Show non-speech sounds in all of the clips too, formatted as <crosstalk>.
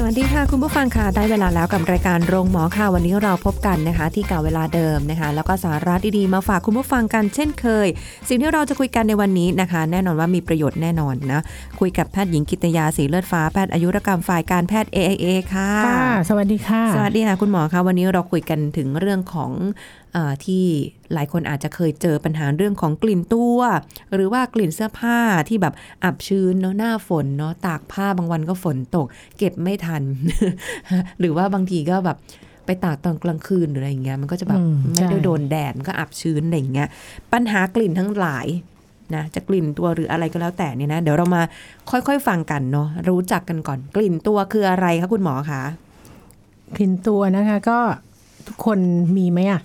สวัสดีค่ะ คุณผู้ฟังค่ะ ได้เวลาแล้วกับรายการโรงหมอค่ะ วันนี้เราพบกันนะคะ ที่เก่าเวลาเดิมนะคะ แล้วก็สาระดีๆมาฝากคุณผู้ฟังกันเช่นเคย สิ่งที่เราจะคุยกันในวันนี้นะคะ แน่นอนว่ามีประโยชน์แน่นอนนะคุยกับแพทย์หญิงกิตยาสีเลือดฟ้าแพทย์อายุรกรรมฝ่ายการแพทย์ AIA ค่ะ ค่ะ สวัสดีค่ะ สวัสดีค่ะ คุณหมอคะวันนี้เราคุยกันถึงเรื่องของเออที่หลายคนอาจจะเคยเจอปัญหาเรื่องของกลิ่นตัว หรือว่ากลิ่นเสื้อผ้าที่แบบอับชื้นเนาะหน้าฝนเนาะตากผ้าบางวันก็ฝนตก เก็บไม่ทัน <laughs> หรือว่าบางทีก็แบบไปตากตอนกลางคืนหรืออะไรอย่างเงี้ยมันก็จะแบบ อืม ไม่ได้ ใช่ โดนแดดมันก็อับชื้นอะไรอย่างเงี้ยปัญหากลิ่นทั้งหลายนะจะกลิ่นตัวหรืออะไรก็แล้วแต่เนี่ยนะเดี๋ยวเรามาค่อยๆฟังกันเนาะรู้จักกันก่อนกลิ่นตัวคืออะไรคะคุณหมอคะ กลิ่นตัวนะคะ ก็ทุกคนมีไหมอ่ะ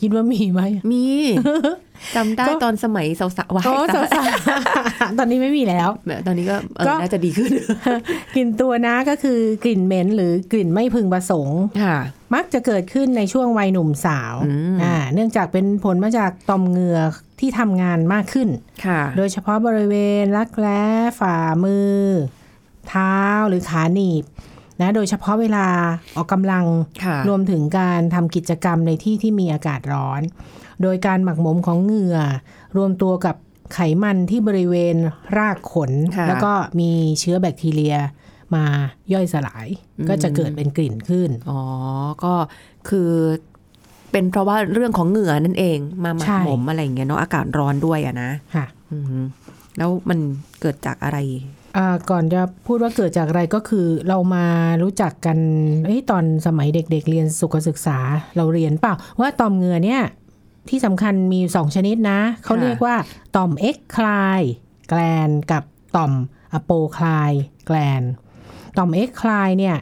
คิดว่ามีไหม มี <laughs> จำได้ ก็ ตอนสมัยสาวๆวาย โอ้สาวๆ <laughs> ตอนนี้ไม่มีแล้ว แหมตอนนี้ก็เออ ก็ น่าจะดีขึ้น <laughs> กลิ่นตัวนะก็คือกลิ่นเหม็นหรือกลิ่นไม่พึงประสงค์ ค่ะ มักจะเกิดขึ้นในช่วงวัยหนุ่มสาว อืม อ่าเนื่องจากเป็นผลมาจากต่อมเหงื่อที่ทำงานมากขึ้น ค่ะ โดยเฉพาะบริเวณรักแร้ฝ่ามือ เท้าหรือขาหนีบนะโดยเฉพาะเวลาออกกำลัง ค่ะ รวมถึงการทำกิจกรรมในที่ที่มีอากาศร้อน โดยการหมักหมมของเหงื่อ รวมตัวกับไขมันที่บริเวณรากขน ค่ะ แล้วก็มีเชื้อแบคทีเรียมาย่อยสลาย ก็จะเกิดเป็นกลิ่นขึ้น อ๋อ ก็คือเป็นเพราะว่าเรื่องของเหงื่อนั่นเองมาหมัก ใช่ หมมอะไรอย่างเงี้ยเนาะอากาศร้อนด้วยอะนะ ค่ะ อือหือแล้วมันเกิดจากอะไร อ่าก่อนจะพูดว่าเกิดจากอะไรก็คือเรามารู้จักกันเอ้ยตอนสมัยเด็กๆ เรียนสุขศึกษาเราเรียนเปล่า ว่าต่อมเหงื่อเนี่ยที่สำคัญมีสองชนิดนะ เขาเรียกว่าต่อมเอ็กคลายแกลนกับต่อมอโปคลายแกลนต่อมเอ็กคลายเนี่ย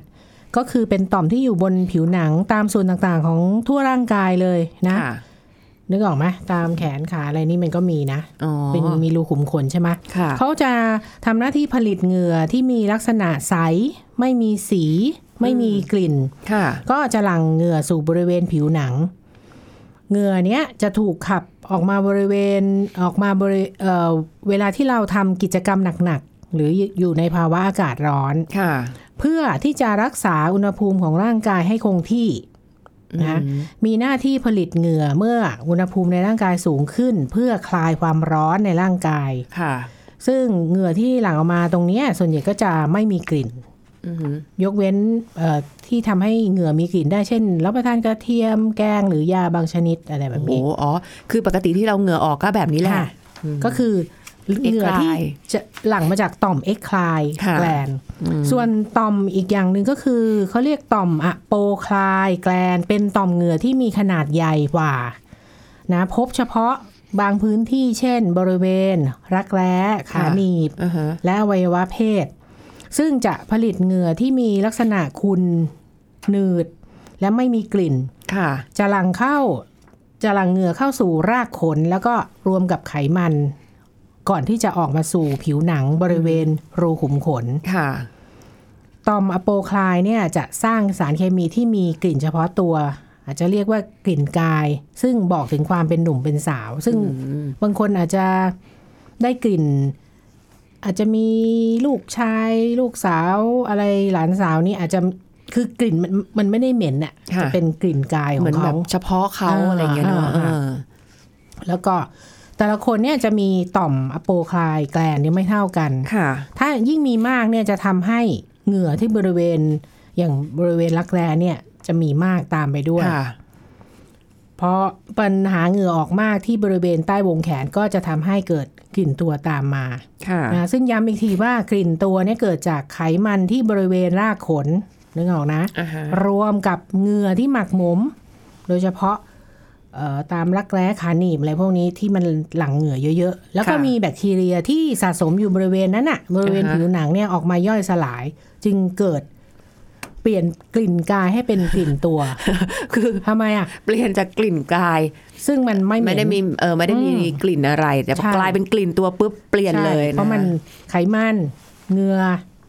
ก็คือเป็นต่อมที่อยู่บนผิวหนังตามส่วนต่างๆของทั่วร่างกายเลยนะ ค่ะ นึกออกไหมตามแขนขาอะไรนี่มันก็มีนะ อ๋อ เป็นมีรูขุมขนใช่ไหม ค่ะ เขาจะทำหน้าที่ผลิตเหงื่อที่มีลักษณะใส ไม่มีสี ไม่มีกลิ่น ค่ะ ก็จะหลั่งเหงื่อสู่บริเวณผิวหนัง เหงื่อเนี้ยจะถูกขับออกมาบริเวณออกมาบริเอ่อเวลาที่เราทำกิจกรรมหนักๆ หรืออยู่ในภาวะอากาศร้อน ค่ะ เพื่อที่จะรักษาอุณหภูมิของร่างกายให้คงที่ นะ อืม มีหน้าที่ผลิตเหงื่อเมื่ออุณหภูมิในร่างกายสูงขึ้น เพื่อคลายความร้อนในร่างกาย ค่ะ ซึ่งเหงื่อที่หลั่งออกมาตรงเนี้ยส่วนใหญ่ก็จะไม่มีกลิ่น อือหือย กเว้นเอ่อที่ทำให้เหงื่อมีกลิ่นได้เช่นรับประทานกระเทียมแกงหรือยาบางชนิดอะไรแบ โอ้ บ โห นี้ อ๋อ คือปกติที่เราเหงื่อออกก็แบบนี้แหละ ค่ะ อืม ก็คือเหงื่อที่ Eclide จะหลั่งมาจากต่อมเอ็กคลาย ค่ะ แกลนส่วนต่อมอีกอย่างหนึ่งก็คือเขาเรียกต่อมอะโปคลายแกลนเป็นต่อมเหงื่อที่มีขนาดใหญ่กว่านะพบเฉพาะบางพื้นที่เช่น บริเวณ รักแร้ขาหนีบ อ่าฮะ และอวัยวะเพศ ซึ่งจะผลิตเหงื่อที่มีลักษณะคุณ หนืด และไม่มีกลิ่น ค่ะ จะหลั่งเข้า จะหลั่งเหงื่อเข้าสู่รากขน แล้วก็รวมกับไขมัน ก่อนที่จะออกมาสู่ผิวหนังบริเวณรูขุมขน ค่ะ ตอมอโปคลายเนี่ยจะสร้างสารเคมีที่มีกลิ่นเฉพาะตัว อาจจะเรียกว่ากลิ่นกาย ซึ่งบอกถึงความเป็นหนุ่มเป็นสาว ซึ่งบางคนอาจจะได้กลิ่น อาจจะมีลูกชาย ลูกสาวอะไรหลานสาวนี่อาจจะคือกลิ่นมันมันไม่ได้เหม็นอะ ค่ะ จะเป็นกลิ่นกายข เห อ มือง นแบ เขา บเฉพาะเขา อ่า อะไรอย่างเงี้ยเนาะ อ่า เออ แล้วก็แต่ละคนเนี่ยจะมีต่อมอโปคลายแกลนเนี่ยไม่เท่ากัน ค่ะ ถ้ายิ่งมีมากเนี่ยจะทำให้เหงื่อที่บริเวณอย่างบริเวณรักแร้เนี่ยจะมีมากตามไปด้วย ค่ะ เพราะปัญหาเหงื่อออกมากที่บริเวณใต้วงแขนก็จะทำให้เกิดกลิ่นตัวตามมา ค่ะ นะซึ่งย้ำอีกทีว่ากลิ่นตัวเนี่ยเกิดจากไขมันที่บริเวณรากขนนึกออกนะ อ่าฮะ รวมกับเหงื่อที่หมักหมม โดยเฉพาะ เอ่อตามรักแร้ขาหนีบอะไรพวกนี้ที่มันหลั่งเหงื่อเยอะๆ แล้วก็ ค่ะ มีแบคทีเรียที่สะสมอยู่บริเวณนั้นน่ะบริเวณ อ่าฮะ ผิวหนังเนี่ยออกมาย่อยสลาย จึงเกิดเปลี่ยนกลิ่นกายให้เป็นกลิ่นตัว <laughs> คือ ทำไมอ่ะ เปลี่ยนจากกลิ่นกาย ซึ่งมันไม่เหม็ ไม่ น ได้มีเออไม่ได้มี อืม กลิ่นอะไร แต่พอ ใช่ กลายเป็นกลิ่นตัวปุ๊บเปลี่ยน ใช่ เลย เพราะมันไขมันเหงื่อ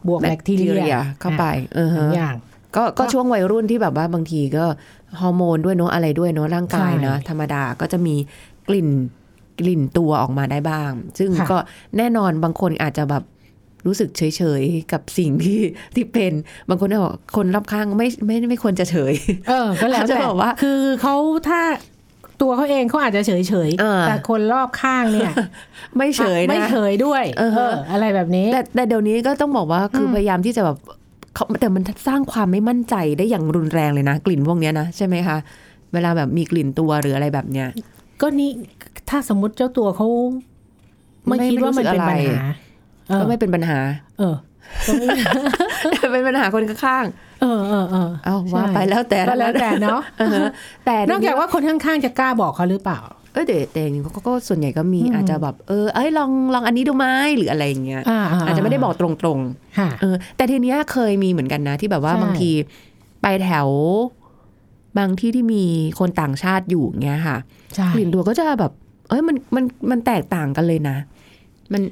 บวกแบคทีเรีย เข้าไปเออ อ่ะ ฮะ สามอย่าง ก็ก็ช่วงวัยรุ่นที่แบบว่าบางทีก็ฮอร์โมนด้วยเนอะอะไรด้วยเนอะร่างกายนะ ใช่ ธรรมดาก็จะมีกลิ่นกลิ่นตัวออกมาได้บ้าง ซึ่ง ค่ะ ก็แน่นอนบางคนอาจจะแบบรู้สึกเฉยๆ กับสิ่งที่ <laughs> ที่เป็นบางคนก็บอกคนรอบข้างไม่ไม่ไม่ควรจะเฉย <laughs> เออ ก็แล้ว เขาจะ แต่ บอกว่า คือเขาถ้าตัวเขาเองเขาอาจจะเฉยเฉยๆ เออ แต่คนรอบข้างเนี่ย ไม่เฉยนะ ไม่เฉยด้วย เออ อะไรแบบนี้ แต่แต่เดี๋ยวนี้ก็ต้องบอกว่าคืออ ม พยายามที่จะแบบเขาแต่มันสร้างความไม่มั่นใจได้อย่างรุนแรงเลยนะ กลิ่นพวกเนี้ยนะใช่ไหมคะเวลาแบบมีกลิ่นตัวหรืออะไรแบบเนี้ย ก็นี่ถ้าสมมติเจ้าตัวเขาไม่ ไม่ คิดว่ามันเป็น ไม่ ปัญ รู้สึกอะไร หาเออ ก็ไม่เป็นปัญหา <laughs> เออก็ไม่ <laughs> แต่เป็นปัญหาคนข้าง เออเออเออ ๆเอาว่า ใช่ ไปแล้วแต่ ก็แล้วแต่เนาะ เออแต่ นอกจากว่าคนข้างๆจะกล้าบอกเขาหรือเปล่า เออเดี๋ยวแต่จริงๆก็ก็ส่วนใหญ่ก็มี อืม อาจจะแบบเออเอ้ยลองลองอันนี้ดูไหมหรืออะไรอย่างเงี้ย อ่า อาจจะไม่ได้บอกตรง ค่ะ ๆเออแต่ทีเนี้ยเคยมีเหมือนกันนะ ที่แบบว่า ใช่ บางทีไปแถว บางที่ที่มีคนต่างชาติอยู่เงี้ยค่ะ ใช่ กลิ่นตัวก็จะแบบ เอ้ยมันมันมันแตกต่างกันเลยนะ มัน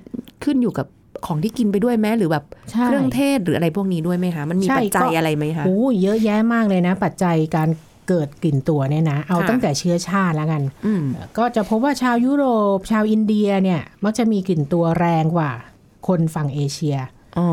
ขึ้นอยู่กับของที่กินไปด้วยไหมหรือแบบ ใช่ เครื่องเทศหรืออะไรพวกนี้ด้วยไหมคะมันมี ใช่ ปัจจัย ก็ อะไรไหมคะ โอ้ยเยอะแยะมากเลยนะ ปัจจัยการเกิดกลิ่นตัวเนี่ยนะ เอา ค่ะ ตั้งแต่เชื้อชาติแล้วกัน อืม ก็จะพบว่าชาวยุโรป ชาวอินเดียเนี่ย มักจะมีกลิ่นตัวแรงกว่า คนฝั่งเอเชีย อ๋อ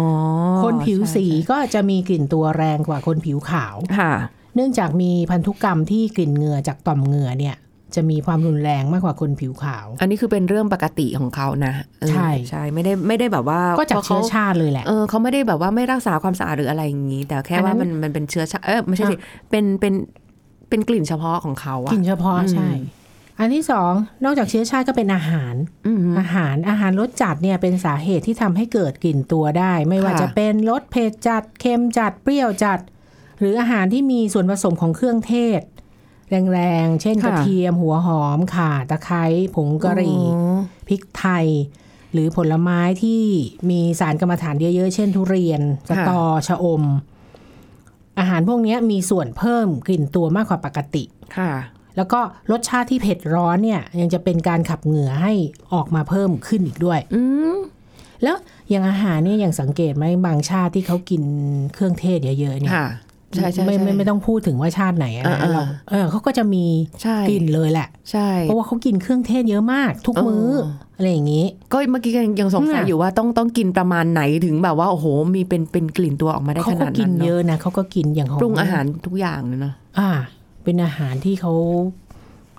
คนผิวสีก็จะมีกลิ่นตัวแรงกว่าคนผิวขาว ใช่ใช่ค่ะ เนื่องจากมีพันธุกรรมที่กลิ่นเหงื่อจากต่อมเหงื่อเนี่ย จะมีความรุนแรงมากกว่าคนผิวขาว อันนี้คือเป็นเรื่องปกติของเขานะเออ ใช่ ใช่ ไม่ได้ไม่ได้แบบว่า ก็จากเชื้อ พระ ชาติเลยแหละ เออเขาไม่ได้แบบว่าไม่รักษาความสะอาดหรืออะไรอย่างนี้ แต่แค่ อันนั้ ว่าน มันมันเป็นเชื้อชาติเออไม่ใช่สิ อ่ะ เป็นเป็นเป็นกลิ่นเฉพาะของเขา ก อะ ลิ่นเฉพาะ อืม ใช่ อันที่สองนอกจากเชื้อชาติก็เป็นอาหาร อืม อาหารอาหารรสจัดเนี่ยเป็นสาเหตุที่ทำให้เกิดกลิ่นตัวได้ ไม่ว่า ค่ะ จะเป็นรสเผ็ดจัดเค็มจัดเปรี้ยวจัด หรืออาหารที่มีส่วนผสมของเครื่องเทศ แรงๆ เช่นกระเทียมหัวหอมข่าตะไคร้ผงกะหรี่ อ๋อ พริกไทย หรือผลไม้ที่มีสารกรรมฐานเยอะๆ เช่นทุเรียนสะตอชะอม อาหารพวกเนี้ยมีส่วนเพิ่มกลิ่นตัวมากกว่าปกติ ค่ะ แล้วก็รสชาติที่เผ็ดร้อนเนี่ย ยังจะเป็นการขับเหงื่อให้ออกมาเพิ่มขึ้นอีกด้วย อืม แล้วอย่างอาหารเนี่ยอย่างสังเกตไหมบางชาติที่เขากินเครื่องเทศเยอะๆเนี่ย ค่ะ ใช่ใช่ ไม่ไม่ ใช่ ไม่ต้องพูดถึงว่าชาติไหนอะนะ อ่าๆ เราเออเขาก็จะมี ใช่ กลิ่นเลยแหละ ใช่ เพราะว่าเขากินเครื่องเทศเยอะมาก ทุกมื้ออะไรอย่างนี้ ก็เมื่อกี้ยังยังสงสัย เนี่ย อยู่ว่าต้องต้องกินประมาณไหนถึงแบบว่าโอ้โห มีเป็นเป็นกลิ่นตัวออกมาได้ เขา ข ก็ นาด กิ นั้นน เย เนาะ อะนะเขาก็กินอย่างของ ปรุงอาหารทุกอย่างเลยเนาะ อ่า เป็นอาหารที่เขา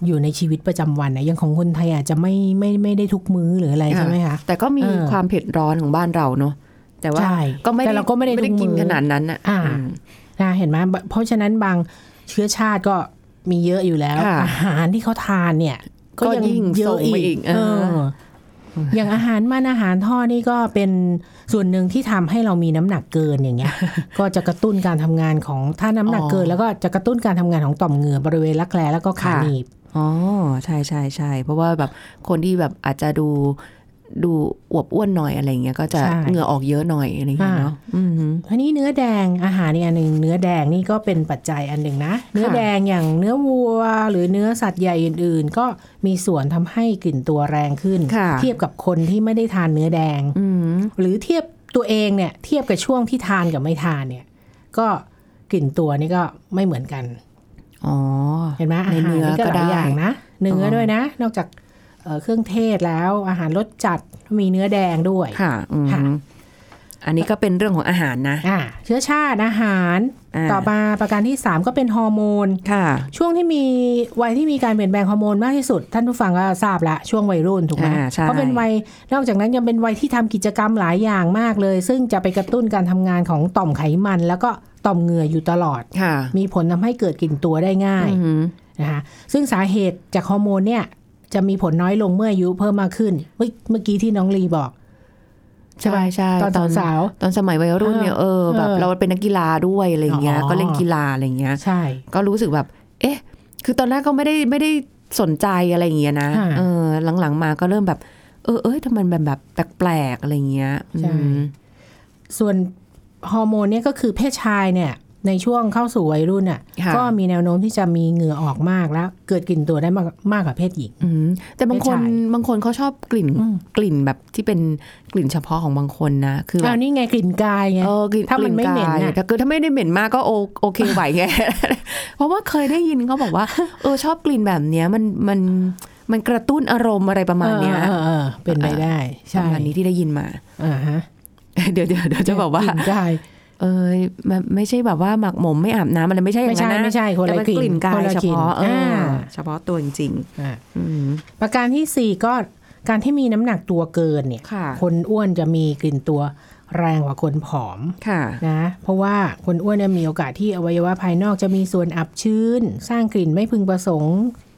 อยู่ในชีวิตประจำวันนะอย่างของคนไทยอาจจะไม่ไม่ไม่ได้ทุกมื้อหรืออะไรใช่ไหมคะ แต่ก็มี เออ ความเผ็ดร้อนของบ้านเราเนาะแต่ว่า ใช่ ก็ไม่ แต่เราก็ไม่ได้ ไม่ได้ ทุ กิน มื้อ ขนาดนั้นอ่ะ อ่า อืม นะเห็นไหมบะเพราะฉะนั้นบางเชื้อชาติก็มีเยอะอยู่แล้ว ค่ะ อาหารที่เขาทานเนี่ย ก็ ก็ ยัง ยิ่ง เย ส่ อะ งไปอี อี ก ก เออ เอออย่างอาหารมันอาหารทอดนี่ก็เป็นส่วนหนึ่งที่ทำให้เรามีน้ำหนักเกินอย่างเงี้ย <laughs> ก็จะกระตุ้นการทำงานของถ้าน้ำหนักเกิน แล้วก็จะกระตุ้นการทำงานของต่อมเหงื่อบริเวณรักแร้แล้วก็ขาหนีบ อ๋อใช่ใช่ใช่เพราะว่าแบบคนที่แบบอาจจะดูดูอวบอ้วนหน่อยอะไรอย่างเงี้ยก็จะ ใช่ เหงื่อออกเยอะหน่อยอะไรอย่างเงี้ยเนาะอืม ันนี้เนื้อแดงอาหารอีกอันหนึ่งเนื้อแดงนี่ก็เป็นปัจจัยอันหนึ่งนะ เนื้อแดงอย่างเนื้อวัว หรือเนื้อสัตว์ใหญ่อื่น ๆ ก็มีส่วนทำให้กลิ่นตัวแรงขึ้น ค่ะ เทียบกับคนที่ไม่ได้ทานเนื้อแดง อืม หรือเทียบตัวเองเนี่ยเทียบกับช่วงที่ทานกับไม่ทานเนี่ย ก็กลิ่นตัวนี่ก็ไม่เหมือนกัน อ๋อ เห็นไหมอา ใน หาร เนื้อ นี่ก็ห ก็ได้ ลายอย่างนะเนื้ออ อ ด้วยนะ นอกจากเอ่อเครื่องเทศแล้วอาหารรสจัดมีเนื้อแดงด้วย ค่ะอืม ค่ะ อันนี้ก็เป็นเรื่องของอาหารนะ อ่าเชื้อชาติอาหาร า ต่อมาประการที่ 3 ก็เป็นฮอร์โมน ค่ะ ช่วงที่มีวัยที่มีการเปลี่ยนแปลงฮอร์โมนมากที่สุด ท่านผู้ฟังก็ทราบละช่วงวัยรุ่นถูกไหม อ่าใช่ เพราะเป็นวัยนอกจากนั้นยังเป็นวัยที่ทำกิจกรรมหลายอย่างมากเลย ซึ่งจะไปกระตุ้นการทำงานของต่อมไขมัน แล้วก็ต่อมเหงื่ออยู่ตลอด ค่ะ มีผลทำให้เกิดกลิ่นตัวได้ง่าย อืม นะคะซึ่งสาเหตุจากฮอร์โมนเนี่ยจะมีผลน้อยลงเมื่ออายุเพิ่มมากขึ้นเฮ้ยเมื่อกี้ที่น้องลีบอก ใช่ ใช่ ปะ ใช่ ตอนสาว ตอนสมัยวัยรุ่นเนี่ยเออแบบ เออ เราเป็นนักกีฬาด้วยอะไรอย่างเงี้ย อ๋อ ก็เล่นกีฬาอะไรอย่างเงี้ย ๆใช่ ก็รู้สึกแบบ เอ๊ะ คือตอนแรกก็ไม่ได้ไม่ได้ สนใจอะไรอย่างเงี้ยนะ ค่ะ เออหลังๆมาก็เริ่มแบบ เออเอ้ยทำไมแบบแบบแปลกๆอะไรอย่างเงี้ยอืม ใช่ ส่วนฮอร์โมนเนี่ยก็คือเพศชายเนี่ยในช่วงเข้าสู่วัยรุ่นอ่ะ ค่ะ ก็มีแนวโน้มที่จะมีเหงื่อออกมากแล้ว เกิดกลิ่นตัวได้มากมากกว่าเพศหญิง อืมแต่บางคน ไม่ใช่ บางคนเขาชอบกลิ่น อืม กลิ่นแบบที่เป็นกลิ่นเฉพาะของบางคนนะ คือแบ อ้า บ วนี่ไงกลิ่นกายไง เออกลิ่น ถ้ามันไม่เหม็น กลิ่กาย น่ะ ถ้าคือถ้าไม่ได้เหม็นมากก็โอโอเคไหวไง <laughs> เพราะว่าเคยได้ยินเขาบอกว่า เออชอบกลิ่นแบบเนี้ยมันมันมันกระตุ้นอารมณ์อะไรประมาณเนี้ย เออเออเออเป็นไปได้ ป ใช่ ระมาณนี้ที่ได้ยินมา <laughs> อ่าฮะ เดี๋ยวเดี๋ยวเดี๋ยวจะบอกว่า กลิ่นกาย เออมันไม่ใช่แบบว่าหมักหมมไม่อาบน้ำอะไรไม่ใช่อย่า ไม่ งนั้นใช่นะ ไม่ใช่คน แต่ ละ มัน กลิ่น กลิ่นกาย คนล เฉ ลิ่น พาะเอออา เฉพาะตัวจริง อ่า ๆอืม ประการที่สี่ก็การที่มีน้ำหนักตัวเกินเนี่ย ค่ะ คนอ้วนจะมีกลิ่นตัวแรงกว่าคนผอม ค่ะ นะเพราะว่าคนอ้วนเนี่ยมีโอกาสที่อวัยวะภายนอกจะมีส่วนอับชื้น สร้างกลิ่นไม่พึงประสงค์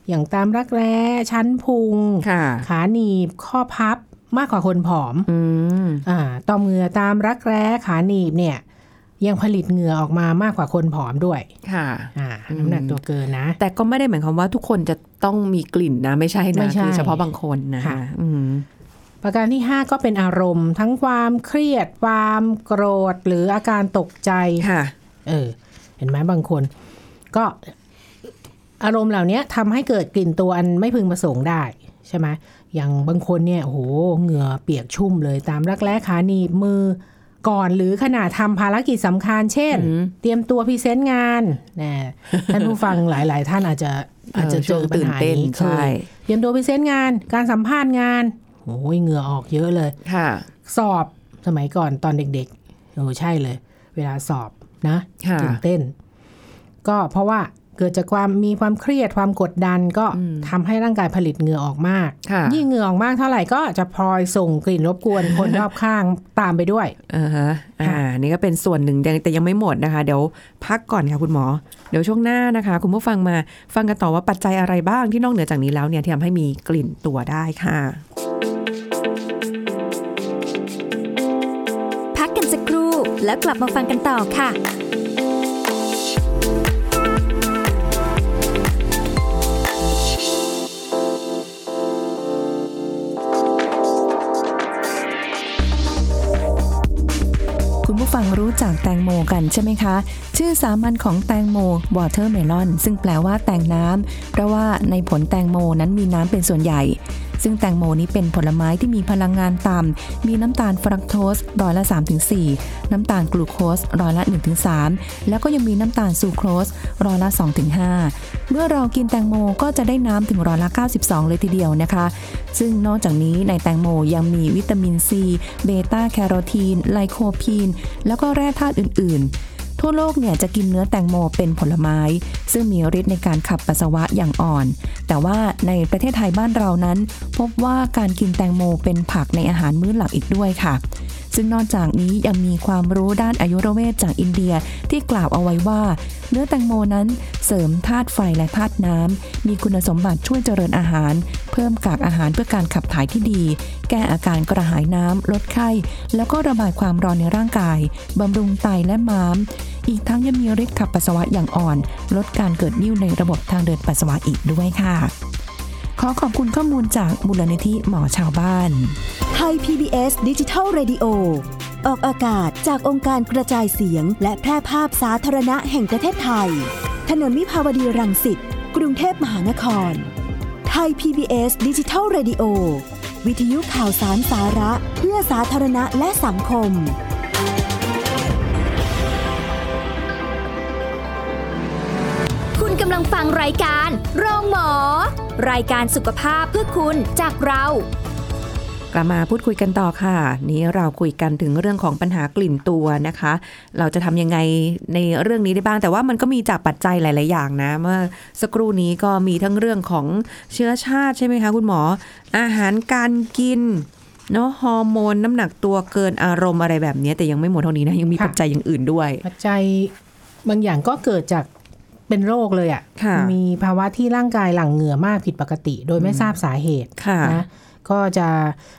อย่างตามรักแร้ชั้นพุง ค่ะ ขาหนีบ ข้อพับมากกว่าคนผอม อืม อ่าต่อมเหงื่อตามรักแร้ขาหนีบเนี่ยยังผลิตเหงื่อออกมามากกว่าคนผอมด้วย ค่ะ อ่า อืม น้ำหนักตัวเกินนะ แต่ก็ไม่ได้หมายความว่าทุกคนจะต้องมีกลิ่นนะ ไม่ใช่ ไม่ นะ ใช่ คือเฉพาะบางคนนะ ค่ะ อืม ประการที่ 5 ก็เป็นอารมณ์ ทั้งความเครียด ความโกรธ หรืออาการตกใจ ค่ะ เออ เห็นไหมบางคน ก็อารมณ์เหล่านี้ทำให้เกิดกลิ่นตัวอันไม่พึงประสงค์ได้ใช่ไหมอย่างบางคนเนี่ยโอ้โหเหงื่อเปียกชุ่มเลยตามรักแร้ขาหนีบมือก่อนหรือขณะทำภารกิจสำคัญ เช่น อืม เตรียมตัวพรีเซนต์งานนะท่านผู้ฟัง หลาย ๆ ท่านอาจจะอาจจะเจอปัญหานี้เค ใช่ ยเตรียมตัวพรีเซนต์งาน การสัมภาษณ์งานโอ้ยเหงื่อออกเยอะเลย ค่ะ สอบสมัยก่อนตอนเด็กๆโอ้ใช่เลย เวลาสอบนะ ค่ะ ตื่นเต้น ก็เพราะว่าเกิดจากความมีความเครียดความกดดันก็ อืม ทำให้ร่างกายผลิตเหงื่อออกมาก ค่ะ ยิ่งเหงื่อออกมากเท่าไหร่ก็จะพลอยส่งกลิ่นรบกวนคน รอบข้างตามไปด้วย <laughs> อ่าฮะอ่า นี่ก็เป็นส่วนหนึ่งยังแต่ยังไม่หมดนะคะ เดี๋ยวพักก่อนค่ะคุณหมอ เดี๋ยวช่วงหน้านะคะ คุณผู้ฟังมาฟังกันต่อว่าปัจจัยอะไรบ้างที่นอกเหนือจากนี้แล้วเนี่ยที่ทำให้มีกลิ่นตัวได้ค่ะ พักกันสักครู่แล้วกลับมาฟังกันต่อค่ะ คุณผู้ฟังรู้จักแตงโมกันใช่ไหมคะ ชื่อสามัญของแตงโม watermelon ซึ่งแปลว่าแตงน้ำ เพราะว่าในผลแตงโมนั้นมีน้ำเป็นส่วนใหญ่ ซึ่งแตงโมนี้เป็นผลไม้ที่มีพลังงานต่ำ มีน้ำตาลฟรักโตสร้อยละ 3-4 น้ำตาลกลูโคสร้อยละ 1-3 แล้วก็ยังมีน้ำตาลซูโครสร้อยละ 2-5 เมื่อเรากินแตงโมก็จะได้น้ำถึงร้อยละ 92 เลยทีเดียวนะคะ ซึ่งนอกจากนี้ในแตงโมยังมีวิตามินซี เบต้าแคโรทีน ไลโคพีน แล้วก็แร่ธาตุอื่น ๆ ทั่วโลกเนี่ยจะกินเนื้อแตงโมเป็นผลไม้ ซึ่งมีฤทธิ์ในการขับปัสสาวะอย่างอ่อน แต่ว่าในประเทศไทยบ้านเรานั้น พบว่าการกินแตงโมเป็นผักในอาหารมื้อหลักอีกด้วยค่ะ ซึ่งนอกจากนี้ยังมีความรู้ด้านอายุรเวทจากอินเดียที่กล่าวเอาไว้ว่า เนื้อแตงโมนั้นเสริมธาตุไฟและธาตุน้ำ มีคุณสมบัติช่วยเจริญอาหาร เพิ่มกากอาหารเพื่อการขับถ่ายที่ดี แก้อาการกระหายน้ำ ลดไข้ แล้วก็ระบายความร้อนในร่างกาย บำรุงไตและม้าม อีกทั้งยังมีฤทธิ์ขับปัสสาวะอย่างอ่อน ลดการเกิดนิ่วในระบบทางเดินปัสสาวะอีกด้วยค่ะ ขอขอบคุณข้อมูลจากมูลนิธิหมอชาวบ้าน ไทย PBS ดิจิทัล Radio ออกอากาศจากองค์การกระจายเสียง และแพร่ภาพสาธารณะแห่งประเทศไทย ถนนวิภาวดีรังสิต กรุงเทพมหานคร ไทย PBS ดิจิทัล Radio วิทยุข่าวสารสาระเพื่อสาธารณะและสังคม คุณกำลังฟังรายการโรงหมอ รายการสุขภาพเพื่อคุณจากเรา กลับมาพูดคุยกันต่อค่ะ นี้เราคุยกันถึงเรื่องของปัญหากลิ่นตัวนะคะ เราจะทำยังไงในเรื่องนี้ได้บ้างแต่ว่ามันก็มีจากปัจจัยหลาย ๆ อย่างนะเมื่อสักครู่นี้ก็มีทั้งเรื่องของเชื้อชาติใช่ไหมคะคุณหมอ อาหารการกินเนาะฮอร์โมนน้ำหนักตัวเกินอารมณ์อะไรแบบนี้แต่ยังไม่หมดเท่านี้นะยังมี ค่ะ ปัจจัยอย่างอื่นด้วย ปัจจัยบางอย่างก็เกิดจากเป็นโรคเลยอะ ค่ะ ่ะ มีภาวะที่ร่างกายหลั่งเหงื่อมากผิดปกติ โดยไม่ทราบสาเหตุ ค่ะ นะก็จะ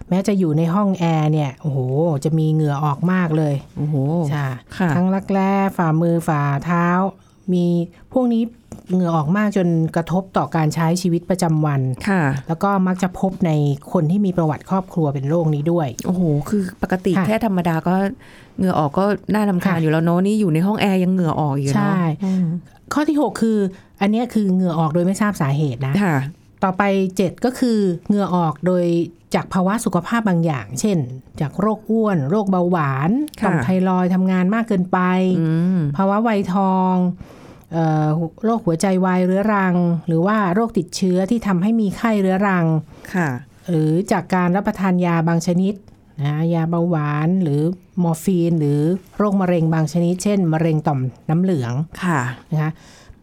แม้จะอยู่ในห้องแอร์เนี่ยโอ้โหจะมีเหงื่อออกมากเลย โอ้โห จ้ะ ค่ะ ทั้งรักแร้ฝ่ามือฝ่าเท้า มีพวกนี้เหงื่อออกมากจนกระทบต่อการใช้ชีวิตประจำวัน ค่ะ แล้วก็มักจะพบในคนที่มีประวัติครอบครัวเป็นโรคนี้ด้วย โอ้โห คือปกติ ค่ะ แค่ธรรมดาก็เหงื่อออกก็น่ารำคาญ ค่ะ อยู่แล้วเนอะนี่อยู่ในห้องแอร์ยังเหงื่อออกอยู่เนาะ ใช่ อืม ข้อที่ 6 คือ อันเนี้ยคือเหงื่อออกโดยไม่ทราบสาเหตุนะ ค่ะ ต่อไป 7 ก็คือเหงื่อออกโดยจากภาวะสุขภาพบางอย่าง เช่น จากโรคอ้วน โรคเบาหวาน ค่ะ ต่อมไทรอยด์ทำงานมากเกินไป อืม ภาวะวัยทองเอ่อโรคหัวใจวายเรื้อรัง หรือว่าโรคติดเชื้อที่ทำให้มีไข้เรื้อรัง ค่ะ หรือจากการรับประทานยาบางชนิดนะยาเบาหวานหรือมอร์ฟีน หรือโรคมะเร็งบางชนิด เช่น มะเร็งต่อมน้ำเหลือง ค่ะ นะคะ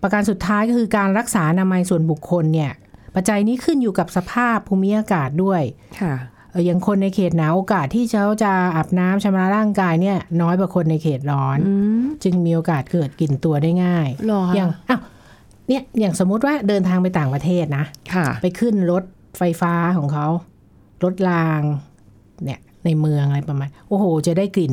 ประการสุดท้ายก็คือการรักษาอนามัยส่วนบุคคลเนี่ยปัจจัยนี้ขึ้นอยู่กับสภาพภูมิอากาศด้วย ค่ะ เอ่ออย่างคนในเขตหนาวโอกาสที่เขาจะอาบน้ำชำระร่างกายเนี่ยน้อยกว่าคนในเขตร้อน อืม จึงมีโอกาสเกิดกลิ่นตัวได้ง่าย หรอคะ อย่างอ้าวเนี่ยอย่างสมมุติว่าเดินทางไปต่างประเทศนะ ค่ะ ไปขึ้นรถไฟฟ้าของเขารถรางเนี่ยในเมืองอะไรประมาณโอ้โห จะได้กลิ่น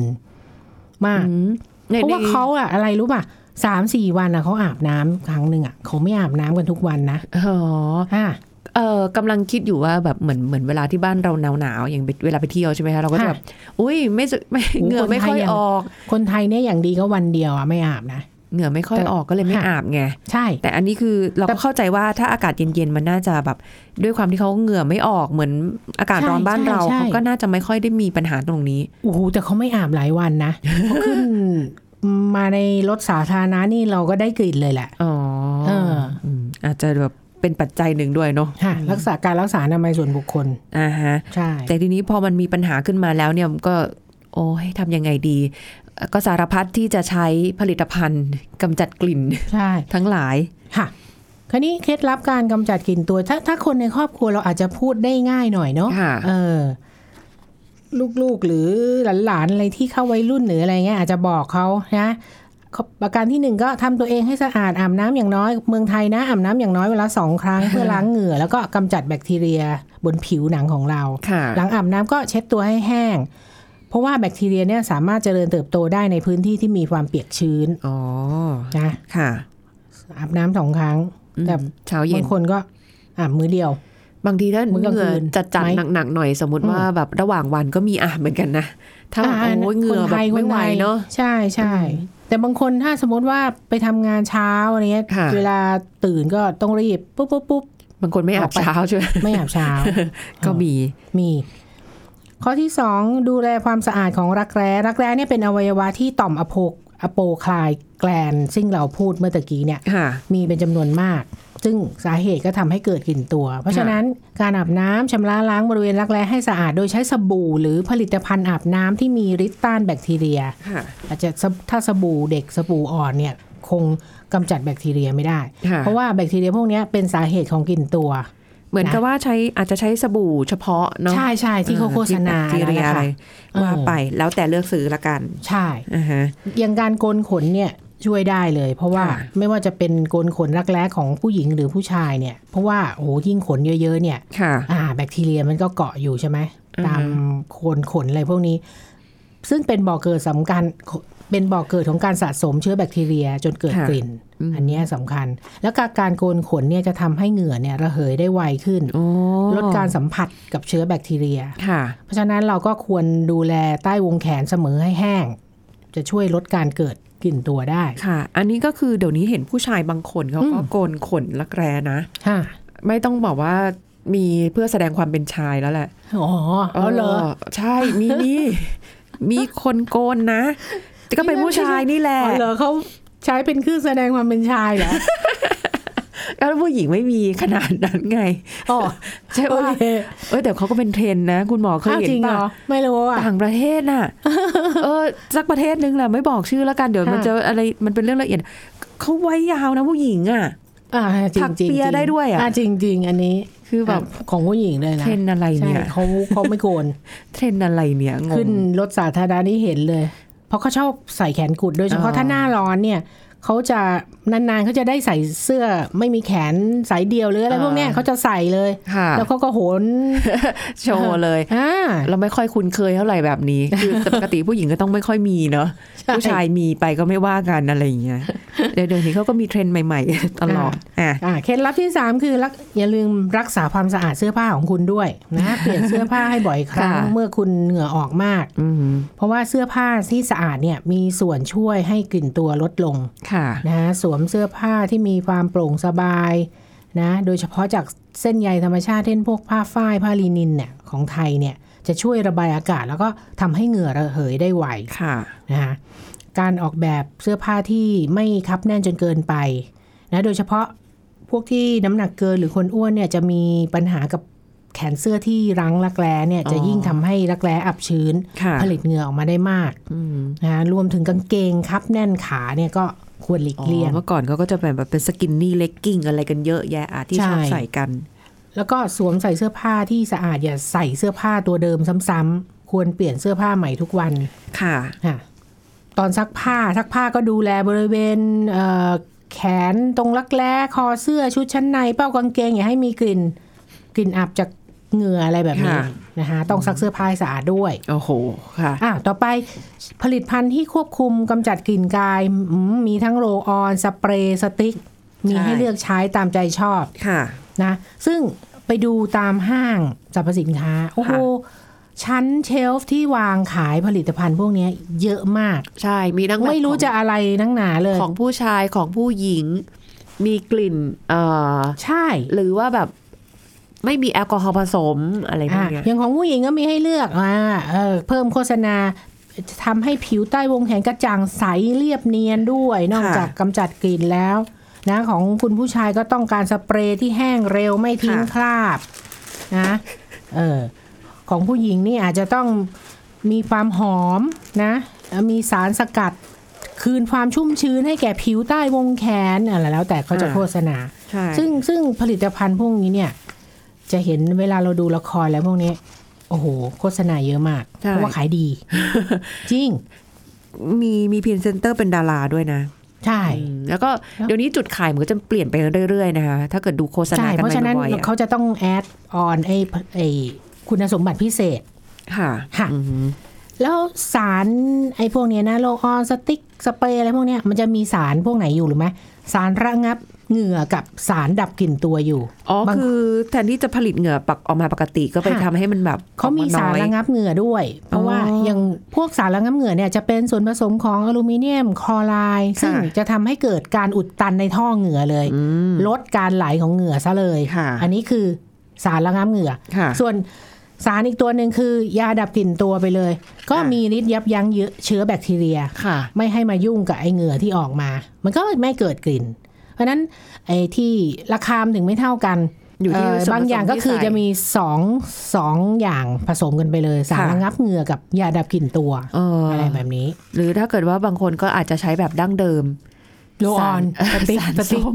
มาก อืมใน เพราะว่า ใน เขาอะอะไรรู้ป่ะสามสี่วันอะเขาอาบน้ำครั้งหนึ่งอะเขาไม่อาบน้ำกันทุกวันนะ อ๋อ อ่ะ เออกำลังคิดอยู่ว่าแบบเหมือนเหมือนเวลาที่บ้านเราหนาวหนาวๆอย่างเวลาไปเที่ยวใช่ไหมคะเราก็จะ ค่ะ แบบอุ้ยไม่สไม่ โอ้โห เหงื่อไม่ คนไทย ค่อย อย่าง ออก คนไทยเนี่ยอย่างดีก็วันเดียวอะไม่อาบนะ เหงื่อไม่ค่อย แต่ ออกก็เลยไม่ ค่ะ อาบไง ใช่ แต่อันนี้คือเรา แต่ ก็เข้าใจว่าถ้าอากาศเย็นๆมันน่าจะแบบ ด้วยความที่เขาเหงื่อไม่ออกเหมือนอากาศร้อน ใช่ บ้านเรา ใช่ใช่ เขาก็น่าจะไม่ค่อยได้มีปัญหาตรงนี้ โอ้โหแต่เขาไม่อาบหลายวันนะ <laughs> เขาขึ้นมาในรถสาธารณะนี่เราก็ได้กลิ่นเลยแหละ อ๋อ เออ มอาจจะแบบเป็นปัจจัยหนึ่งด้วยเนาะ ค่ะรักษาการรักษาอนามัยส่วนบุคคล อ่าฮะ ใช่ แต่ทีนี้พอมันมีปัญหาขึ้นมาแล้วเนี่ยก็ โอ้ยทำยังไงดี ก็สารพัดที่จะใช้ผลิตภัณฑ์กำจัดกลิ่น <laughs> ใช่ ทั้งหลาย ค่ะคราวนี้เคล็ดลับการกำจัดกลิ่นตัว ถ้าถ้าคนในครอบครัวเราอาจจะพูดได้ง่ายหน่อยเนาะ ค่ะ เออลูกๆหรือหลานๆอะไรที่เข้าวัยรุ่นหรืออะไรเงี้ยอาจจะบอกเขานะเขาประการที่หนึ่งก็ทำตัวเองให้สะอาดอาบน้ำอย่างน้อยเมืองไทยนะอาบน้ำอย่างน้อยเวนลาสองครั้ง เพื่อล้างเหงื่อแล้วก็กำจัดแบคทีเรียบนผิวหนังของเรา ค่ะ หลังอาบน้ำก็เช็ดตัวให้แห้ง เพราะว่าแบคทีเรียเนี่ยสามารถเจริญเติบโตได้ในพื้นที่ที่มีความเปียกชื้น อ๋อ นะ ค่ะ อาบน้ำสองครั้ง อืม แต่ เช้าเย็ บาน งคนก็อาบมือเดียว บางทีถ้า มื้อกลาง เหงื่อ คืน จัดจัด ไหม หนักๆหน่อยสมมติว่าแบบระหว่างวันก็มีอาบเหมือนกันนะ ถ้าแบบ า โอ้ยเหงื่อ คน แบ ท บ ย ไม่ไหว คทย เนาะ ใช่ใช่แต่บางคนถ้าสมมติว่าไปทำงานเช้าอะไรเงี้ย ค่ะ เวลาตื่นก็ต้องรีบปุ๊บปุ๊บ <laughs> ปุ๊บบ างคนไม่อาบเช้าใช่ไหม ไม่อาบเช้า ก็มี มี ข้อที่สองดูแลความสะอาดของรักแร้ รักแร้เนี่ยเป็นอวัยวะที่ต่อมอโปอโปคลายแกลนซึ่งเราพูดเมื่อตะกี้เนี่ย ค่ะ มีเป็นจำนวนมาก ซึ่งสาเหตุก็ทำให้เกิดกลิ่นตัว เพราะฉะนั้นการอาบน้ำชำระล้างบริเวณรักแร้ให้สะอาดโดยใช้สบู่ หรือผลิตภัณฑ์อาบน้ำที่มีฤทธิ์ต้านแบคทีเรีย ค่ะ อาจจะสบถ้าสบู่เด็กสบู่อ่อนเนี่ยคงกำจัดแบคทีเรียไม่ได้ ค่ะ เพราะว่าแบคทีเรียพวกเนี้ยเป็นสาเหตุของกลิ่นตัว เหมือนกับว่าใช้อาจจะใช้สบู่เฉพาะเนาะ ใช่ใช่ที่เขาโฆษณา ที่แบคทีเรียอะไร เออ ว่าไปแล้วแต่เลือกซื้อละกัน ใช่ อ่าฮะ อย่างการโกนขนเนี่ยช่วยได้เลย เพราะว่า ค่ะ ไม่ว่าจะเป็นโกนขนรักแร้ของผู้หญิงหรือผู้ชายเนี่ยเพราะว่าโอ้โหยิ่งขนเยอะๆเนี่ย ค่ะ อ่าแบคทีเรียมันก็เกาะอยู่ใช่ไหมตามโคนขนอะไรพวกนี้ ซึ่งเป็นบ่อเกิดสำคัญเป็นบ่อเกิดของการสะสมเชื้อแบคทีเรียจนเกิด ค่ะ กลิ่น อืม อันเนี้ยสำคัญ แล้วก็การโกนขนเนี่ยจะทำให้เหงื่อเนี่ยระเหยได้ไวขึ้น โอ้ ลดการสัมผัสกับเชื้อแบคทีเรีย ค่ะ เพราะฉะนั้นเราก็ควรดูแลใต้วงแขนเสมอให้แห้ง จะช่วยลดการเกิดกลิ่นตัวได้ ค่ะ อันนี้ก็คือเดี๋ยวนี้เห็นผู้ชายบางคนเขาก็ อืม โกนขนรักแร้นะ ค่ะ ไม่ต้องบอกว่ามีเพื่อแสดงความเป็นชายแล้วแหละ อ๋อเอาเหรอ ใช่ มีนี่ <laughs> มีคนโกนนะ แต่ก็เป็นผู้ชายนี่แห อ๋ ละ อเหรอเขาใช้เป็นเครื่องแสดงความเป็นชายเหรอ แล้วผู้หญิงไม่มีขนาดนั้นไง อ๋อ ใช่ โอ ว่า เค เอ้ยแต่เขาก็เป็นเทรนด์นะ คุณหมอเคย อ้าว เห็ จริ น งเหร ป่ะ อไม่รู้อ่ะ ต่างประเทศน่ะ เออสักประเทศนึงแหละไม่บอกชื่อแล้วกันเดี๋ยวมัน ค่ะ จะอะไรมันเป็นเรื่องละเอียดเขาไว้ยาวนะผู้หญิงอ่ะ อ่าจริ ถั ง ก ๆจริง เปียได้ด้วยอะ จริงจริง ๆ อันนี้ คือแบบ ของผู้หญิงเลย เท นะ รนด์อะไร ใช่ เนี่ย เขาเขาไม่โกน เทรนด์อะไรเนี่ยง ขึ้ ง นรถสาธารณะนี่เห็นเลย เพราะเขาชอบใส่แขนกุดโดยเฉพาะ อ๋อ ถ้าหน้าร้อนเนี่ยเขาจะนานๆเขาจะได้ใส่เสื้อไม่มีแขนสายเดียวหรืออะไรพวกเนี้ยเขาจะใส่เลย ค่ะ แล้วเขาก็โห <laughs> น โชว์เลย อ่า เราไม่ค่อยคุ้นเคยเท่าไหร่แบบนี้ คือปกติผู้หญิงก็ต้องไม่ค่อยมีเนาะ ใช่ ผู้ชายมีไปก็ไม่ว่ากันอะไรอย่างเงี้ย เดี๋ยวเดี๋ยวนี้เขาก็มีเทรนด์ใหม่ ๆ <laughs> ตลอดอ่ะ อ่าเคล็ดลับที่ 3 คือรักอย่าลืมรักษาความสะอาดเสื้อผ้าของคุณด้วยนะเปลี่ยนเสื้อผ้าให้บ่อยครั้ง ค่ะ เมื่อคุณเหงื่อออกมาก อืม เพราะว่าเสื้อผ้าที่สะอาดเนี่ยมีส่วนช่วยให้กลิ่นตัวลดลง ค่ะ นะสวมเสื้อผ้าที่มีความโปร่งสบายนะโดยเฉพาะจากเส้นใยธรรมชาติเช่นพวกผ้าฝ้ายผ้าลินินเนี่ยของไทยเนี่ยจะช่วยระบายอากาศ แล้วก็ทำให้เหงื่อระเหยได้ไว ค่ะ นะคะการออกแบบเสื้อผ้าที่ไม่คับแน่นจนเกินไปนะโดยเฉพาะพวกที่น้ำหนักเกินหรือคนอ้วนเนี่ยจะมีปัญหากับแขนเสื้อที่รั้งรักแร้เนี่ย อ๋อ จะยิ่งทำให้รักแร้อับชื้น ค่ะ ผลิตเหงื่อออกมาได้มาก อืม นะคะรวมถึงกางเกงคับแน่นขาเนี่ยก็ควรหลีก อ๋อ เลี่ยง เมื่อก่อนเขาก็จะเป็นแบบเป็นสกินนี่เลกกิ้งอะไรกันเยอะแยะอะที่ชอบ ใช่ ใส่กัน แล้วก็สวมใส่เสื้อผ้าที่สะอาดอย่าใส่เสื้อผ้าตัวเดิมซ้ำๆควรเปลี่ยนเสื้อผ้าใหม่ทุกวัน ค่ะ ค่ะตอนซักผ้าซักผ้าก็ดูแลบริเวณเอ่อแขนตรงรักแร้คอเสื้อชุดชั้นในเป้ากางเกงอย่าให้มีกลิ่นกลิ่นอับจากเหงื่ออะไรแบบนี้ ค่ะ นะคะต้องซักเสื้อผ้าให้สะอาดด้วย โอ้โห ค่ะ อ่ะต่อไปผลิตภัณฑ์ที่ควบคุมกำจัดกลิ่นกายอืมมีทั้งโรลออน สเปรย์สติ๊ก มี ใช่ ให้เลือกใช้ตามใจชอบ ค่ะ นะซึ่งไปดูตามห้างสรรพสินค้าโอ้โห ค่ะ ชั้นเชลฟ์ที่วางขายผลิตภัณฑ์พวกเนี้ยเยอะมาก ใช่ มีทั้งแบบ ไม่รู้ ของ จะอะไรนักหนาเลย ของผู้ชายของผู้หญิง มีกลิ่นเอ่อ ใช่ หรือว่าแบบไม่มีแอลกอฮอล์ผสมอะไรพวก อ่ะ เนี้ย อย่างของผู้หญิงก็มีให้เลือกอ่าเออเพิ่มโฆษณาทำให้ผิวใต้วงแขนกระจ่างใสเรียบเนียนด้วย นอกจากกำจัดกลิ่นแล้วนะของคุณผู้ชายก็ต้องการสเปรย์ที่แห้งเร็วไม่ทิ้ง ค่ะ คราบนะเออของผู้หญิงนี่อาจจะต้องมีความหอมนะเอ่อมีสารสกัดคืนความชุ่มชื้นให้แก่ผิวใต้วงแขนอะไรแล้วแต่เขาจะโฆษณา ใช่ ซึ่งซึ่งผลิตภัณฑ์พวกนี้เนี่ย จะเห็นเวลาเราดูละครแล้วพวกนี้ โอ้โห โฆษณาเยอะมาก ใช่ เพราะว่าขาย <laughs> ดี จริง มีมีพรีเซนเตอร์เป็นดาราด้วยนะ ใช่ อืมแล้วก็เดี๋ยวนี้จุดขายมันก็จะเปลี่ยนไปเรื่อยๆนะคะ ถ้าเกิดดูโฆษ ใช่ ณากัน เพราะฉะนั้น บ่อยๆอะ เขาจะต้องแอดออนไอ้ไอ้คุณสมบัติพิเศษ ค่ะ ค่ะ อือหือ แล้วสารไอ้พวกเนี้ยนะโลออนสติ๊กสเปรย์อะไรพวกเนี้ยมันจะมีสารพวกไหนอยู่หรือไหมสารระงับเหงื่อกับสารดับกลิ่นตัวอยู่ อ๋อบ าง คือแทนที่จะผลิตเหงื่อปักออกมาปกติก็ไป ค่ะ ทำให้มันแบบ เขามีสาอรอก ระ น้อย งับเหงื่อด้วย เพราะว่า อ๋อ อย่างพวกสารระงับเหงื่อเนี่ยจะเป็นส่วนผสมของอลูมิเนียมคลอไรด์ซึ่งจะทำให้เกิดการอุดตันในท่อเหงื่อเลย ม ลดการไหลของเหงื่อซะเลย ค่ะ อันนี้คือสารระงับเหงื่อ ค่ะ ส่วนสารอีกตัวหนึ่งคือยาดับกลิ่นตัวไปเลย ก็ ค่ะ มีฤทธิ์ยับยั้งเยอะเชื้อแบคทีเรีย ค่ะ ไม่ให้มายุ่งกับไอเหงื่อที่ออกมา มันก็ไม่เกิดกลิ่น เพราะฉะนั้นไอที่ราคามนถึงไม่เท่ากัน อยู่ที่ เ ส่วนผสม บางอย่างก็คือ ที่ใส่ จะมีสองสองอย่างผสมกันไปเลยสาร ค่ะ ระงับเหงื่อกับยาดับกลิ่นตัว เอออ อะไรแบบนี้ หรือถ้าเกิดว่าบางคนก็อาจจะใช้แบบดั้งเดิม โลออนส สาร ติ๊ก สาร สติ๊ก ส้ม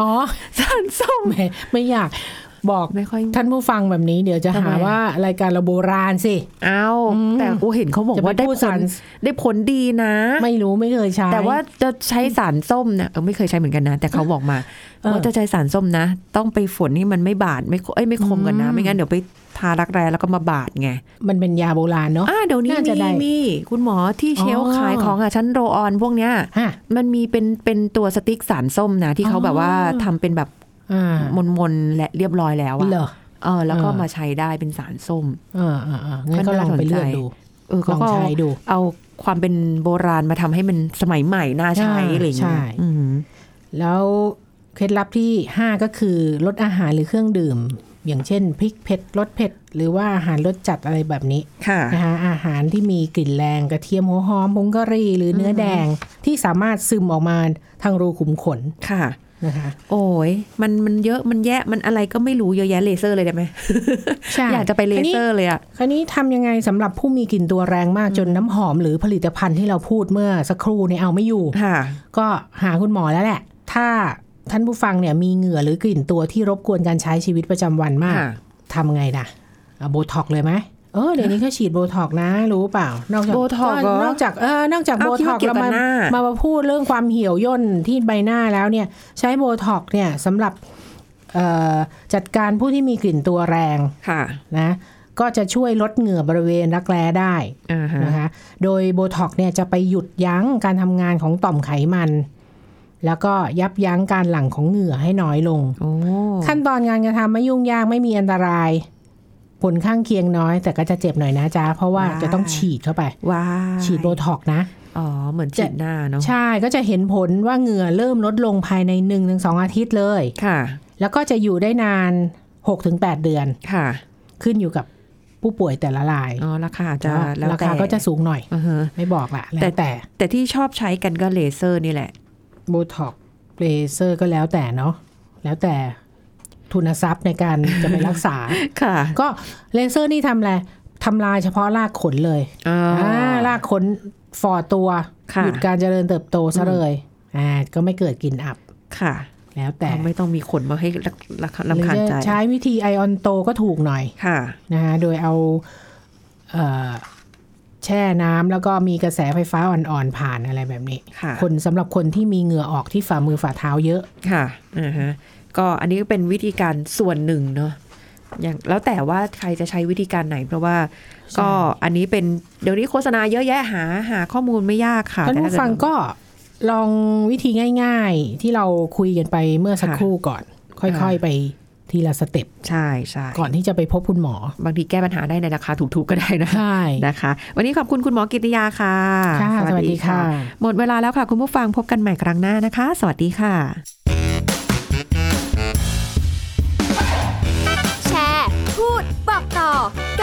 อ๋อ สารส้ม ไม่ไม่อยากบอก ไม่ค่อย ท่านผู้ฟังแบบนี้เดี๋ยวจะ ทำไม หาว่ารายการเราโบราณสิ เอา อืม แต่กูเห็นเขาบอกว่า จะไป ได้ พูด ผ สา ล ร ได้ผลดีนะ ไม่รู้ไม่เคยใช้ แต่ว่าจะใช้สารส้มนะเออไม่เคยใช้เหมือนกันนะ แต่เขาบอกมา เออ ว่าจะใช้สารส้มนะ ต้องไปฝนให้มันไม่บาดไม่เอ้ยไม่คมกันนะ ไม่งั้นเดี๋ยวไปทารักแร้แล้วก็มาบาดไง มันเป็นยาโบราณเนาะ อ่าเดี๋ยวนี้ น่าจะ มี ได้ มีคุณหมอที่เชลฟ์ อ๋อ ขายของอ่ะชั้นโรออนพวกเนี้ย ฮะ มันมีเป็นเป็นตัวสติ๊กสารส้มนะ ที่เขา อ๋อ แบบว่าทำเป็นแบบ อ่าม นๆและเรียบร้อยแล้วอะ เหรอ เออแล้วก็ เออ มาใช้ได้เป็นสารส้ม อ่าอ่าอ่างั้นก็ลองไปเลือกดู เออเขา ลอง ก็ ใช้ดู เอาความเป็นโบราณมาทำให้มันสมัยใหม่น่าใช้ อ่า อะไรอย่างเงี้ย ใช่ อืม แล้วเคล็ดลับที่ 5 ก็คือลดอาหารหรือเครื่องดื่ม อย่างเช่นพริกเผ็ดรสเผ็ด หรือว่าอาหารรสจัดอะไรแบบนี้ ค่ะ นะคะอาหารที่มีกลิ่นแรงกระเทียมหัวหอมผงกะหรี่หรือเนื้อแดงที่สามารถซึมออกมาทางรูขุมขน ค่ะ นะคะ โอ้ยมันมันเยอะมันแยะมันอะไรก็ไม่รู้เยอะแยะเลเซอร์เลยได้ไหม <laughs> ใช่ อยากจะไปเลเซอร์เลยอะ คราวนี้ทำยังไงสำหรับผู้มีกลิ่นตัวแรงมากจนน้ำหอมหรือผลิตภัณฑ์ที่เราพูดเมื่อสักครู่เนี่ยเอาไม่อยู่ ค่ะ ก็หาคุณหมอแล้วแหละ ถ้าท่านผู้ฟังเนี่ยมีเหงื่อหรือกลิ่นตัวที่รบกวนการใช้ชีวิตประจำวันมาก ค่ะ ทำไงล่ะเอาโบท็อกเลยไหมเออเดี๋ยวนี้เขาฉีดโบท็อกนะ รู้เปล่า นอกจาก โบท็อกเหรอน อกจากเออนอกจาก อ้า โบ ว ท็อก คิดว่าเกี่ยวกับ มา หน้า มามาพูดเรื่องความเหี่ยวย่นที่ใบหน้าแล้วเนี่ย ใช้โบท็อกเนี่ยสำหรับเอ่อจัดการผู้ที่มีกลิ่นตัวแรง ค่ะ นะก็จะช่วยลดเหงื่อบริเวณรักแร้ได้ อ่าฮะ นะคะ โดยโบท็อกเนี่ยจะไปหยุดยั้งการทำงานของต่อมไขมัน แล้วก็ยับยั้งการหลั่งของเหงื่อให้น้อยลง โอ้ ขั้นตอนการกระทำไม่ยุ่งยากไม่มีอันตราย ผลข้างเคียงน้อย แต่ก็จะเจ็บหน่อยนะจ๊ะ เพราะว่าจะต้องฉีดเข้าไป ว้าย ฉีดโบท็อกซ์นะ อ๋อ เหมือนฉีดหน้าเนาะ ใช่ก็จะเห็นผลว่าเหงื่อเริ่มลดลงภายใน 1-2 อาทิตย์เลย ค่ะ แล้วก็จะอยู่ได้นาน 6-8 เดือน ค่ะ ขึ้นอยู่กับผู้ป่วยแต่ละราย อ๋อราคาอาจจะแล้ว รา แต่ คาก็จะสูงหน่อย อือฮะ ไม่บอกละ แต่ แล้วแต่ แต่ที่ชอบใช้กันก็เลเซอร์นี่แหละ โบท็อกเลเซอร์ก็แล้วแต่เนาะแล้วแต่ทุนทรัพย์ในการจะไปรักษา <laughs> ค่ะ ก็เลเซอร์นี่ทำอะไรทำลายเฉพาะรากขนเลย อ่า อ่ารากขนฝ่อตัว ค่ะ หยุดการเจริญเติบโตซะเลยอ่าก็ไม่เกิดกลิ่นอับ ค่ะ แล้วแต่ เราไม่ต้องมีขนมาให้ระคลำคาญ หรือ ใจ จะใช้วิธีไอออนโตก็ถูกหน่อย ค่ะ นะคะโดยเอาเอ่อแช่น้ำแล้วก็มีกระแสไฟฟ้าอ่อนๆผ่านอะไรแบบนี้ ค่ะ คนสำหรับคนที่มีเหงื่อออกที่ฝ่ามือฝ่าเท้าเยอะ ค่ะอ่าฮะก็อันนี้ก็เป็นวิธีการส่วนหนึ่งเนาะอย่างแล้วแต่ว่าใครจะใช้วิธีการไหน เพราะว่า ก็อันนี้เป็นเดี๋ยวนี้โฆษณาเยอะแยะหาหาข้อมูลไม่ยากค่ะ ท่านแต่ผู้ถ้าเกิด ฟังก็ลองวิธีง่ายๆ ที่เราคุยกันไปเมื่อสัก ค่ะ ครู่ก่อน ค่ ค่ะ อยๆไปทีละสเต็ป ใช่ใช่ ก่อนที่จะไปพบคุณหมอบ างทีแก้ปัญหาได้ในราคาถูกๆก็ได้นะ ใช่ นะคะ วันนี้ขอบคุณคุณหมอกิติยาค่ะ ค่ะ สวัสดีค่ะ หมดเวลาแล้วค่ะ คุณผู้ฟังพบกันใหม่ครั้งหน้านะคะ สวัสดีค่ะ แชร์ พูด บอกต่อ ก